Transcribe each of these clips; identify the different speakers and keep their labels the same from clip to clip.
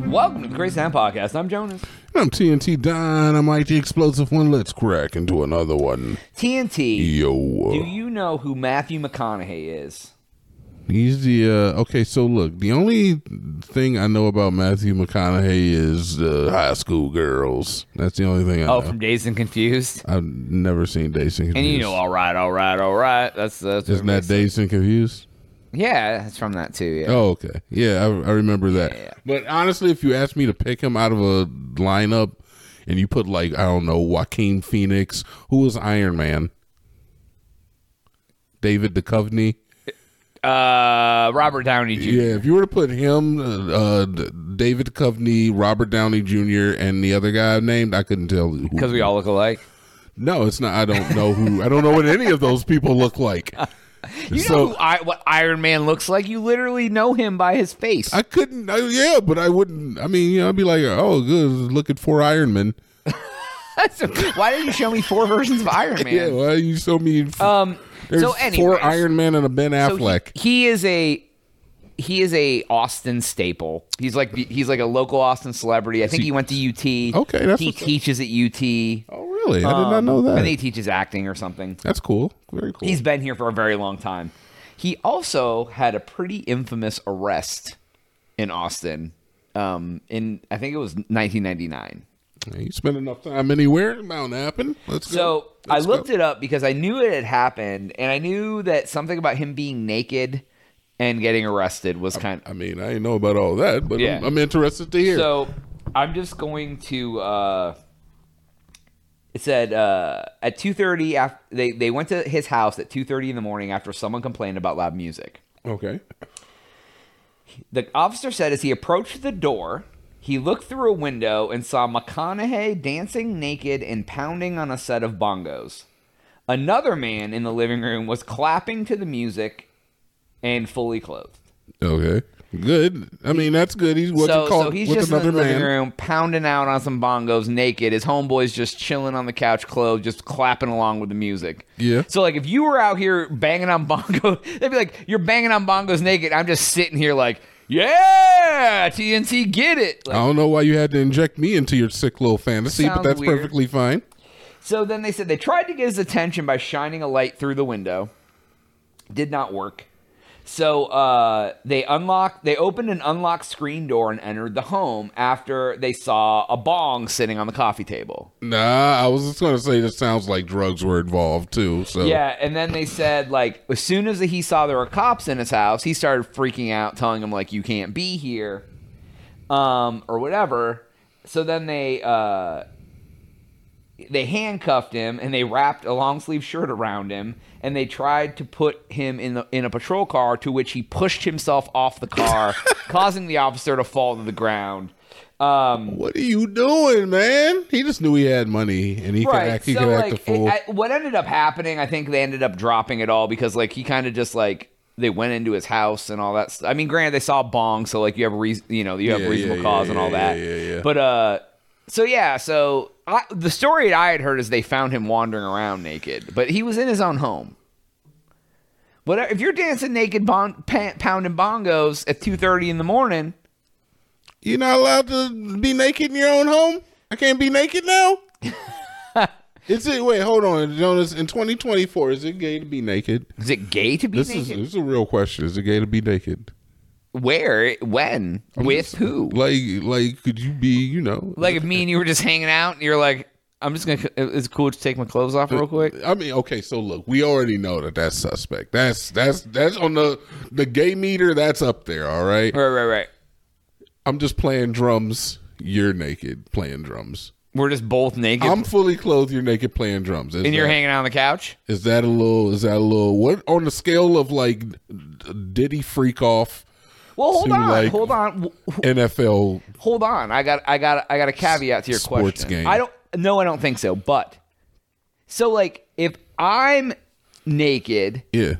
Speaker 1: Great Sound Podcast. I'm Jonas.
Speaker 2: I'm TNT Don. I'm like the explosive one. Let's crack into another one.
Speaker 1: TNT.
Speaker 2: Yo.
Speaker 1: Do you know who Matthew McConaughey is?
Speaker 2: He's the uh, okay. So look, the only thing I know about Matthew McConaughey is uh, high school girls. That's the only thing I
Speaker 1: Oh,
Speaker 2: know.
Speaker 1: from Dazed and Confused.
Speaker 2: I've never seen Dazed and Confused.
Speaker 1: And you know, all right, all right, all right. That's that's
Speaker 2: isn't that Dazed and Confused?
Speaker 1: Yeah, it's from that too. Yeah.
Speaker 2: Oh, okay. Yeah, I, I remember that.
Speaker 1: Yeah.
Speaker 2: But honestly, if you asked me to pick him out of a lineup, and you put like I don't know Joaquin Phoenix, who was Iron Man, David Duchovny.
Speaker 1: Uh, Robert Downey Jr.
Speaker 2: Oh. Yeah, if you were to put him, uh, uh, D- David Duchovny, Robert Downey Jr., and the other guy I named, I couldn't tell. who-
Speaker 1: Because we all look alike.
Speaker 2: No, it's not. I don't know who. I don't know what any of those people look like.
Speaker 1: You know who I, what Iron Man looks like? You literally know him by his face.
Speaker 2: I couldn't. I, yeah, but I wouldn't. I mean, you know, I'd be like, oh, good, looking for Iron Man.
Speaker 1: Why did you show me four versions of Iron Man?
Speaker 2: Yeah, well, you show me.
Speaker 1: Um.
Speaker 2: there's
Speaker 1: so
Speaker 2: four
Speaker 1: anyways,
Speaker 2: Iron Man and a Ben
Speaker 1: so he-
Speaker 2: Affleck.
Speaker 1: he, is a he is a Austin staple. He's like the- he's like a local Austin celebrity. I think
Speaker 2: he-
Speaker 1: he, went to UT.
Speaker 2: Okay, that's
Speaker 1: he
Speaker 2: what's up.
Speaker 1: teaches at UT.
Speaker 2: oh, really? I did not know
Speaker 1: I
Speaker 2: that.
Speaker 1: think Um, he teaches acting or something.
Speaker 2: That's cool. Very cool.
Speaker 1: He's been here for a very long time. He also had a pretty infamous arrest in Austin. Um, in I think it was 1999.
Speaker 2: you spend enough time anywhere, Mount Happen. Let's go.
Speaker 1: So I
Speaker 2: Let's go.
Speaker 1: looked it up because I knew it had happened, and I knew that something about him being naked and getting arrested was kind of
Speaker 2: I mean, I didn't know about all that, but
Speaker 1: Yeah.
Speaker 2: I'm, I'm interested to hear.
Speaker 1: so. I'm just going to. Uh, it said uh, at 2:30 after they they went to his house at 2:30 in the morning after someone complained about loud music.
Speaker 2: okay.
Speaker 1: The officer said as he approached the door, he looked through a window and saw McConaughey dancing naked and pounding on a set of bongos. Another man in the living room was clapping to the music and fully clothed.
Speaker 2: Okay. Good. I mean, that's good. He's what's
Speaker 1: so,
Speaker 2: it called
Speaker 1: so he's
Speaker 2: with
Speaker 1: just in the
Speaker 2: another
Speaker 1: living
Speaker 2: man.
Speaker 1: room pounding out on some bongos naked. His homeboy's just chilling on the couch clothed, just clapping along with the music.
Speaker 2: Yeah.
Speaker 1: So like if you were out here banging on bongos, they'd be like, You're banging on bongos naked. I'm just sitting here like, Yeah, TNT get it. Like,
Speaker 2: I don't know why you had to inject me into your sick little fantasy, but
Speaker 1: Sounds
Speaker 2: that's
Speaker 1: weird.
Speaker 2: perfectly fine.
Speaker 1: So then they said they tried to get his attention by shining a light through the window. Did not work. So uh, they unlocked, they opened an unlocked screen door and entered the home after they saw a bong sitting on the coffee table.
Speaker 2: Nah, I was just gonna say this sounds like drugs were involved too. So
Speaker 1: Yeah, and then they said like as soon as he saw there were cops in his house, he started freaking out, telling him like you can't be here, um, or whatever. So then they uh, they handcuffed him and they wrapped a long sleeve shirt around him and they tried to put him in the in a patrol car to which he pushed himself off the car, causing the officer to fall to the ground. Um,
Speaker 2: what are you doing, man? He just knew he had money and he could act. He could act a
Speaker 1: it-
Speaker 2: fool.
Speaker 1: I- what ended up happening, I think they ended up dropping it all because like he kind of just like they went into his house and all that. St- I mean, granted, they saw Bong, so like you have reason, you know, you have
Speaker 2: Yeah,
Speaker 1: reasonable
Speaker 2: yeah,
Speaker 1: cause
Speaker 2: yeah,
Speaker 1: and all
Speaker 2: yeah,
Speaker 1: that.
Speaker 2: yeah, yeah.
Speaker 1: But uh, so yeah, so I, the story I had heard is they found him wandering around naked, but he was in his own home. But if you're dancing naked, bon- pa- pounding bongos at two thirty in the morning,
Speaker 2: You're not allowed to be naked in your own home. I can't be naked now. Is it? Wait, hold on, Jonas. In 2024, is it gay to be naked?
Speaker 1: is it gay to be
Speaker 2: This is
Speaker 1: naked?
Speaker 2: this is a real question. Is it gay to be naked?
Speaker 1: Where? When? with who?
Speaker 2: Like like could you be, you know?
Speaker 1: Like if me and you were just hanging out and you're like, I'm just gonna. It's cool to take my clothes off real quick.
Speaker 2: I mean, okay, so look, we already know that that's suspect. That's that's that's on the the gay meter, that's up there, all right?
Speaker 1: Right, right, right.
Speaker 2: I'm just playing drums, you're naked playing drums.
Speaker 1: We're just both naked
Speaker 2: I'm fully clothed, you're naked playing drums. Is
Speaker 1: and you're
Speaker 2: that-
Speaker 1: hanging out on the couch.
Speaker 2: Is that a little? Is that a little? What on the scale of like Diddy freak off
Speaker 1: Well, hold
Speaker 2: So,
Speaker 1: on,
Speaker 2: like-
Speaker 1: hold on, wh-
Speaker 2: NFL?
Speaker 1: hold on. I got, I got, I got a caveat to your
Speaker 2: Sports
Speaker 1: question.
Speaker 2: game.
Speaker 1: I don't. No, I don't think so. But so like, if I'm naked
Speaker 2: Yeah,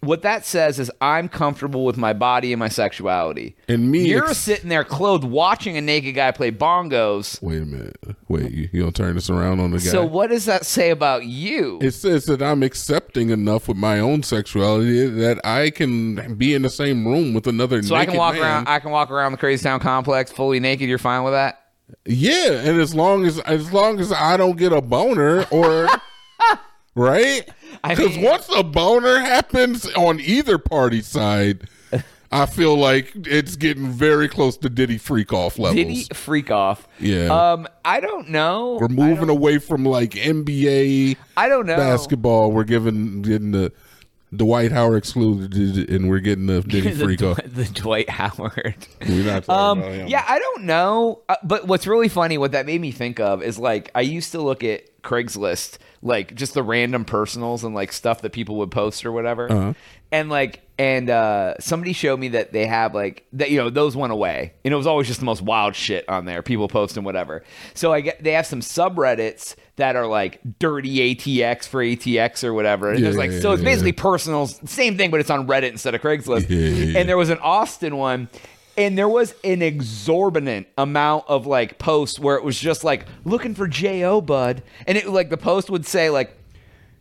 Speaker 1: what that says is I'm comfortable with my body and my sexuality.
Speaker 2: And me
Speaker 1: You're
Speaker 2: ex-
Speaker 1: sitting there clothed watching a naked guy play bongos.
Speaker 2: Wait a minute. Wait, you, you gonna turn this around on the guy?
Speaker 1: So what does that say about you?
Speaker 2: it says that I'm accepting enough with my own sexuality that I can be in the same room with another.
Speaker 1: so I
Speaker 2: naked
Speaker 1: can walk
Speaker 2: man.
Speaker 1: around I can walk around the crazy town complex fully naked, you're fine with that?
Speaker 2: Yeah, and as long as as long as I don't get a boner or right,
Speaker 1: I
Speaker 2: because
Speaker 1: mean-
Speaker 2: once a boner happens on either party side, I feel like it's getting very close to Diddy freak off levels.
Speaker 1: Did he freak off?
Speaker 2: Yeah.
Speaker 1: Um I don't know.
Speaker 2: We're moving away from like NBA
Speaker 1: I don't know.
Speaker 2: basketball. We're giving getting the Dwight Howard excluded, and we're getting the Diddy
Speaker 1: the,
Speaker 2: freak off.
Speaker 1: Dw- the Dwight Howard.
Speaker 2: We're not talking
Speaker 1: Um,
Speaker 2: about him.
Speaker 1: yeah, I don't know. Uh, but what's really funny, what that made me think of is like I used to look at Craigslist, like just the random personals and like stuff that people would post or whatever.
Speaker 2: Uh-huh.
Speaker 1: And like, and uh, somebody showed me that they have like that. You know, those went away, and it was always just the most wild shit on there. People posting whatever. So I get they have some subreddits that are like dirty ATX for ATX or whatever. And
Speaker 2: Yeah,
Speaker 1: there's like
Speaker 2: yeah,
Speaker 1: so it's
Speaker 2: yeah, yeah.
Speaker 1: basically personals, same thing, but it's on Reddit instead of Craigslist.
Speaker 2: Yeah, yeah, yeah.
Speaker 1: And there was an Austin one, and there was an exorbitant amount of like posts where it was just like looking for Jo Bud, and it like the post would say like.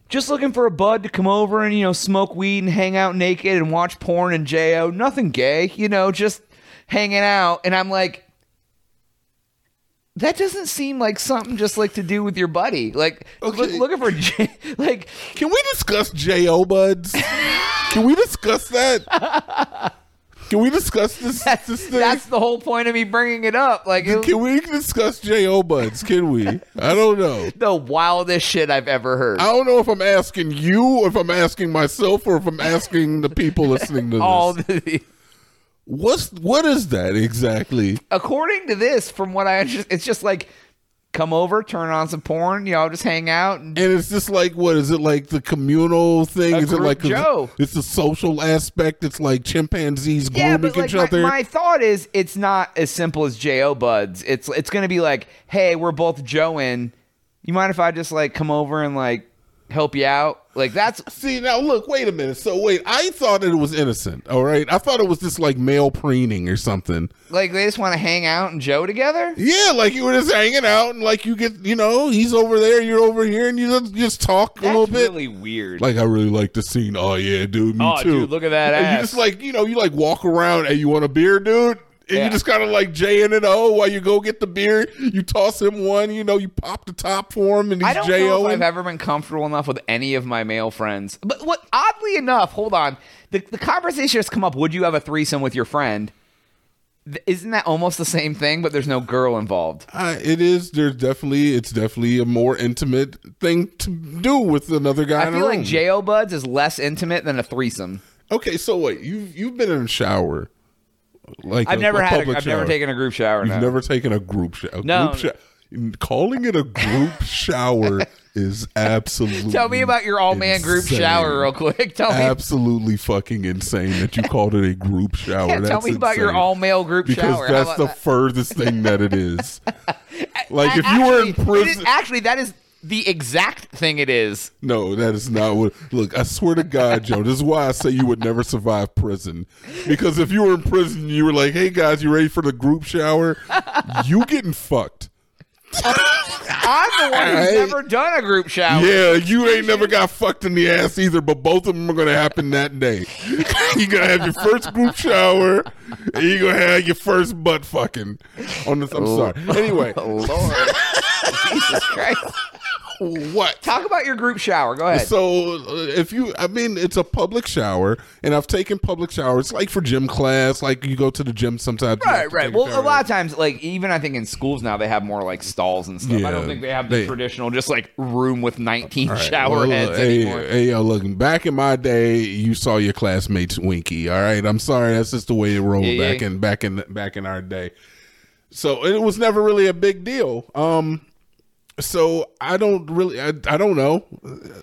Speaker 1: Just looking for a bud to come over and you know smoke weed and hang out naked and watch porn and jo nothing gay you know just hanging out and I'm like that doesn't seem like something just like to do with your buddy like look,
Speaker 2: Okay.
Speaker 1: looking for J- like
Speaker 2: Can we discuss J.O. Buds? Can we discuss that? Can we discuss this, this thing?
Speaker 1: that's the whole point of me bringing it up like it,
Speaker 2: Can we discuss J.O. Buds? Can we? I don't know.
Speaker 1: the wildest shit I've ever heard.
Speaker 2: I don't know if I'm asking you, or if I'm asking myself, or if I'm asking the people listening to
Speaker 1: All
Speaker 2: this.
Speaker 1: the,
Speaker 2: What's what is that exactly?
Speaker 1: according to this, from what I just, it's just like come over, turn on some porn, you know, just hang out. And,
Speaker 2: And it's just like what is it like the communal thing? is it
Speaker 1: group
Speaker 2: like
Speaker 1: Joe.
Speaker 2: it's a social aspect? It's like chimpanzees grooming
Speaker 1: yeah, but like
Speaker 2: each
Speaker 1: my,
Speaker 2: other.
Speaker 1: my thought is, it's not as simple as Jo buds. It's it's gonna be like, hey, we're both Joeing. You mind if I just like come over and like help you out? Like that's
Speaker 2: See now, look, wait a minute. So wait, I thought that it was innocent. All right, I thought it was just like male preening or something.
Speaker 1: like they just want to hang out and Joe together.
Speaker 2: Yeah, like you were just hanging out and like you get, you know, he's over there, you're over here, and you just, just talk a little
Speaker 1: That's
Speaker 2: bit.
Speaker 1: really weird.
Speaker 2: like I really like the scene. Oh yeah, dude, me
Speaker 1: Oh,
Speaker 2: too.
Speaker 1: dude, look at that
Speaker 2: And
Speaker 1: ass.
Speaker 2: You just like you know, you like walk around and you want a beer, dude. And
Speaker 1: Yeah.
Speaker 2: you just kind of like J in and O while you go get the beer. You toss him one, you know, you pop the top for him, and he's
Speaker 1: I don't
Speaker 2: J
Speaker 1: know
Speaker 2: O.
Speaker 1: if I've ever been comfortable enough with any of my male friends. But what oddly enough, hold on, the, the conversation has come up. Would you have a threesome with your friend? Th- Isn't that almost the same thing? But there's no girl involved.
Speaker 2: Uh, it is. There's definitely. It's definitely a more intimate thing to do with another guy.
Speaker 1: I
Speaker 2: in
Speaker 1: feel
Speaker 2: a
Speaker 1: like
Speaker 2: room.
Speaker 1: Jo buds is less intimate than a threesome.
Speaker 2: Okay, so wait, you've you've been in a shower, like
Speaker 1: I've
Speaker 2: a-
Speaker 1: never
Speaker 2: a
Speaker 1: had. A,
Speaker 2: public
Speaker 1: I've
Speaker 2: shower.
Speaker 1: never taken a group shower.
Speaker 2: You've
Speaker 1: no.
Speaker 2: never taken a group shower.
Speaker 1: No.
Speaker 2: group sho- calling it a group shower is absolutely.
Speaker 1: Tell me about your all man group
Speaker 2: insane.
Speaker 1: shower real quick. Tell me.
Speaker 2: Absolutely fucking insane that you called it a group shower.
Speaker 1: yeah,
Speaker 2: That's
Speaker 1: tell me about your
Speaker 2: insane.
Speaker 1: all male group
Speaker 2: because
Speaker 1: shower. How
Speaker 2: that's
Speaker 1: about
Speaker 2: the
Speaker 1: that?
Speaker 2: furthest thing that it is. like if
Speaker 1: Actually,
Speaker 2: you were in
Speaker 1: it is-
Speaker 2: prison,
Speaker 1: actually, that is the exact thing. It is.
Speaker 2: No, that is not what. Look, I swear to God, Joe, this is why I say you would never survive prison. Because if you were in prison, and you were like, "Hey guys, you ready for the group shower?" You getting fucked.
Speaker 1: I'm the one who's
Speaker 2: Alright.
Speaker 1: never done a group shower.
Speaker 2: Yeah, you ain't never got fucked in the ass either, but both of them are gonna happen that day. you gonna have your first group shower, and you gonna have your first butt fucking. On this, I'm sorry. Anyway,
Speaker 1: Lord. Jesus Christ.
Speaker 2: what?
Speaker 1: Talk about your group shower. Go ahead.
Speaker 2: So uh, if you, I mean, it's a public shower, and I've taken public showers, like for gym class, like you go to the gym sometimes. you have
Speaker 1: right,
Speaker 2: to
Speaker 1: right.
Speaker 2: take
Speaker 1: Well, a
Speaker 2: shower.
Speaker 1: lot of times, like even I think in schools now they have more like stalls and stuff. I don't
Speaker 2: Yeah,
Speaker 1: think they have the
Speaker 2: they-
Speaker 1: traditional just like room with 19
Speaker 2: All right,
Speaker 1: shower
Speaker 2: well,
Speaker 1: heads
Speaker 2: hey,
Speaker 1: anymore.
Speaker 2: Hey, yo, look, back in my day, you saw your classmates winky. All right, I'm sorry, that's just the way it rolled
Speaker 1: Yeah,
Speaker 2: back
Speaker 1: yeah.
Speaker 2: in back in back in our day. So it was never really a big deal. Um, so I don't really, I, I don't know.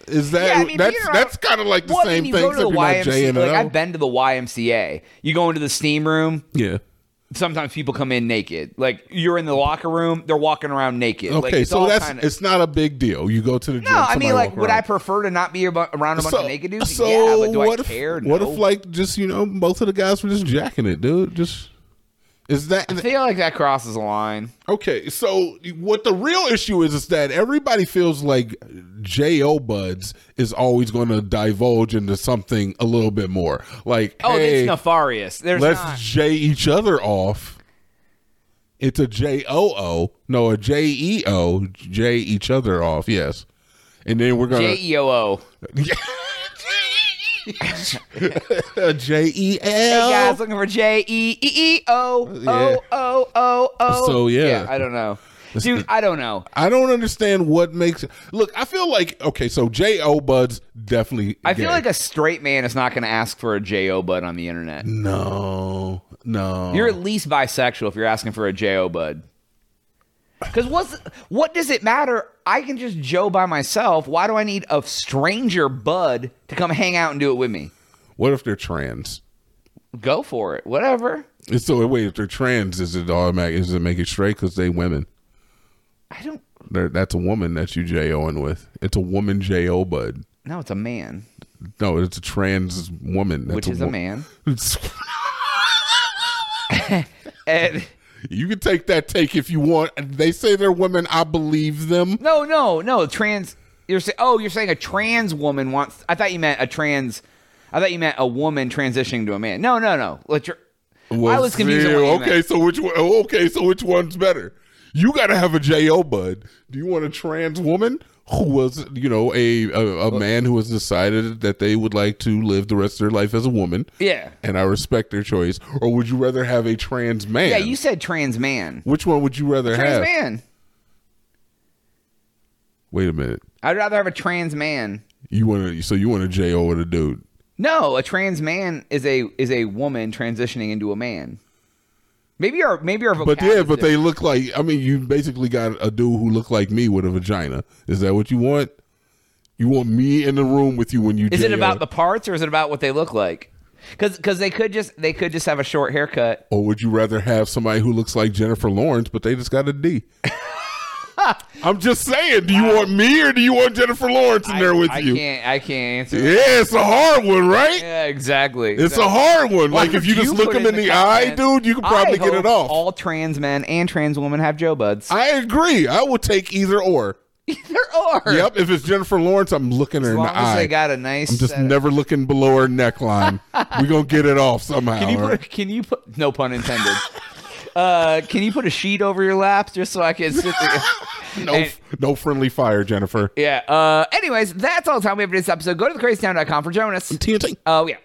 Speaker 2: Is that
Speaker 1: Yeah, I mean,
Speaker 2: that's
Speaker 1: Peter, I-
Speaker 2: that's kind of like the
Speaker 1: well, I mean,
Speaker 2: same
Speaker 1: you
Speaker 2: thing?
Speaker 1: go to the
Speaker 2: except you're not J
Speaker 1: YMCA.
Speaker 2: and
Speaker 1: Like
Speaker 2: O.
Speaker 1: I've been to the YMCA. You go into the steam room.
Speaker 2: yeah.
Speaker 1: sometimes people come in naked. Like you're in the locker room, they're walking around naked.
Speaker 2: Okay,
Speaker 1: like, it's
Speaker 2: so
Speaker 1: all
Speaker 2: that's
Speaker 1: kinda-
Speaker 2: it's not a big deal. You go to the gym.
Speaker 1: no. I
Speaker 2: somebody
Speaker 1: mean, like,
Speaker 2: walk
Speaker 1: would
Speaker 2: around.
Speaker 1: I prefer to not be abo- around a bunch of naked dudes?
Speaker 2: So
Speaker 1: yeah, but do
Speaker 2: what
Speaker 1: I
Speaker 2: if,
Speaker 1: care?
Speaker 2: What
Speaker 1: No.
Speaker 2: if like just you know both of the guys were just jacking it, dude? Just is that
Speaker 1: I feel like that crosses a line.
Speaker 2: okay? So what the real issue is is that everybody feels like Jo Buds is always going to divulge into something a little bit more. Like
Speaker 1: Oh,
Speaker 2: hey,
Speaker 1: it's nefarious. There's
Speaker 2: let's
Speaker 1: not.
Speaker 2: J each other off. It's a J O O, no a J E O, J each other off. Yes, and then we're gonna
Speaker 1: J E O O.
Speaker 2: J E L.
Speaker 1: Guys looking for J E E E O
Speaker 2: Yeah.
Speaker 1: O O O O.
Speaker 2: So, yeah.
Speaker 1: I don't know, dude. I don't know.
Speaker 2: I don't understand what makes look. I feel like okay, so J O Buds definitely.
Speaker 1: I feel like a straight man is not going to ask for a J O bud on the internet.
Speaker 2: no, no.
Speaker 1: You're at least bisexual if you're asking for a J.O. bud. Because what's what does it matter? I can just Joe by myself. Why do I need a stranger bud to come hang out and do it with me?
Speaker 2: what if they're trans?
Speaker 1: Go for it. Whatever.
Speaker 2: And So wait, if they're trans, is it automatic? Is it make it straight because they women?
Speaker 1: I don't.
Speaker 2: They're, that's a woman that you J O ing with. It's a woman J O Bud.
Speaker 1: No, it's a man,
Speaker 2: No, it's a trans woman. That's
Speaker 1: which is a
Speaker 2: wo-
Speaker 1: man.
Speaker 2: It's-
Speaker 1: And
Speaker 2: you can take that take if you want. They say they're women. I believe them.
Speaker 1: no, no, no. Trans. You're saying. Oh, you're saying a trans woman wants. I thought you meant a trans. I thought you meant a woman transitioning to a man. No, no, no. Let your. I was confused. on
Speaker 2: yeah,
Speaker 1: what you
Speaker 2: okay,
Speaker 1: meant.
Speaker 2: so which one, oh, okay, so which one's better? You got to have a J.O. bud. Do you want a trans woman who was, you know, a, a a man who has decided that they would like to live the rest of their life as a woman?
Speaker 1: Yeah.
Speaker 2: And I respect their choice. Or would you rather have a trans man?
Speaker 1: Yeah, you said trans man.
Speaker 2: which one would you rather
Speaker 1: Trans
Speaker 2: have?
Speaker 1: man.
Speaker 2: Wait a minute.
Speaker 1: I'd rather have a trans man.
Speaker 2: You want to? So you want a J.O. with a dude?
Speaker 1: No, a trans man is a is a woman transitioning into a man. Maybe our maybe our
Speaker 2: But
Speaker 1: vocabulary-
Speaker 2: yeah, but they look like. I mean, you basically got a dude who looked like me with a vagina. Is that what you want? You want me in the room with you when you?
Speaker 1: is it
Speaker 2: J.O.?
Speaker 1: about the parts or is it about what they look like? Because they could just they could just have a short haircut.
Speaker 2: Or would you rather have somebody who looks like Jennifer Lawrence, but they just got a D? I'm just saying, do you want me or do you want Jennifer Lawrence in there with
Speaker 1: I
Speaker 2: you?
Speaker 1: can't I can't answer. that.
Speaker 2: Yeah, it's a hard one, right?
Speaker 1: Yeah, exactly.
Speaker 2: It's a hard one.
Speaker 1: Why
Speaker 2: like if
Speaker 1: would
Speaker 2: you just look
Speaker 1: put
Speaker 2: them in the, eye,
Speaker 1: comments,
Speaker 2: dude, you can probably
Speaker 1: "I hope
Speaker 2: get it off.
Speaker 1: All trans men and trans women have Joe buds.
Speaker 2: I agree. I will take either or.
Speaker 1: there are.
Speaker 2: Yep, if it's Jennifer Lawrence, I'm looking her
Speaker 1: As
Speaker 2: in
Speaker 1: long
Speaker 2: the
Speaker 1: as
Speaker 2: eye.
Speaker 1: they got a nice.
Speaker 2: I'm just
Speaker 1: set of-
Speaker 2: never looking below her neckline. We're gonna get it off somehow.
Speaker 1: Can you
Speaker 2: all right?
Speaker 1: put? Can you put? No pun intended. uh, can you put a sheet over your lap just so I can sit there?
Speaker 2: no,
Speaker 1: and-
Speaker 2: no friendly fire, Jennifer.
Speaker 1: yeah. Uh. Anyways, that's all the time we have for this episode. Go to thecrazytown.com for Jonas.
Speaker 2: TNT.
Speaker 1: Oh yeah.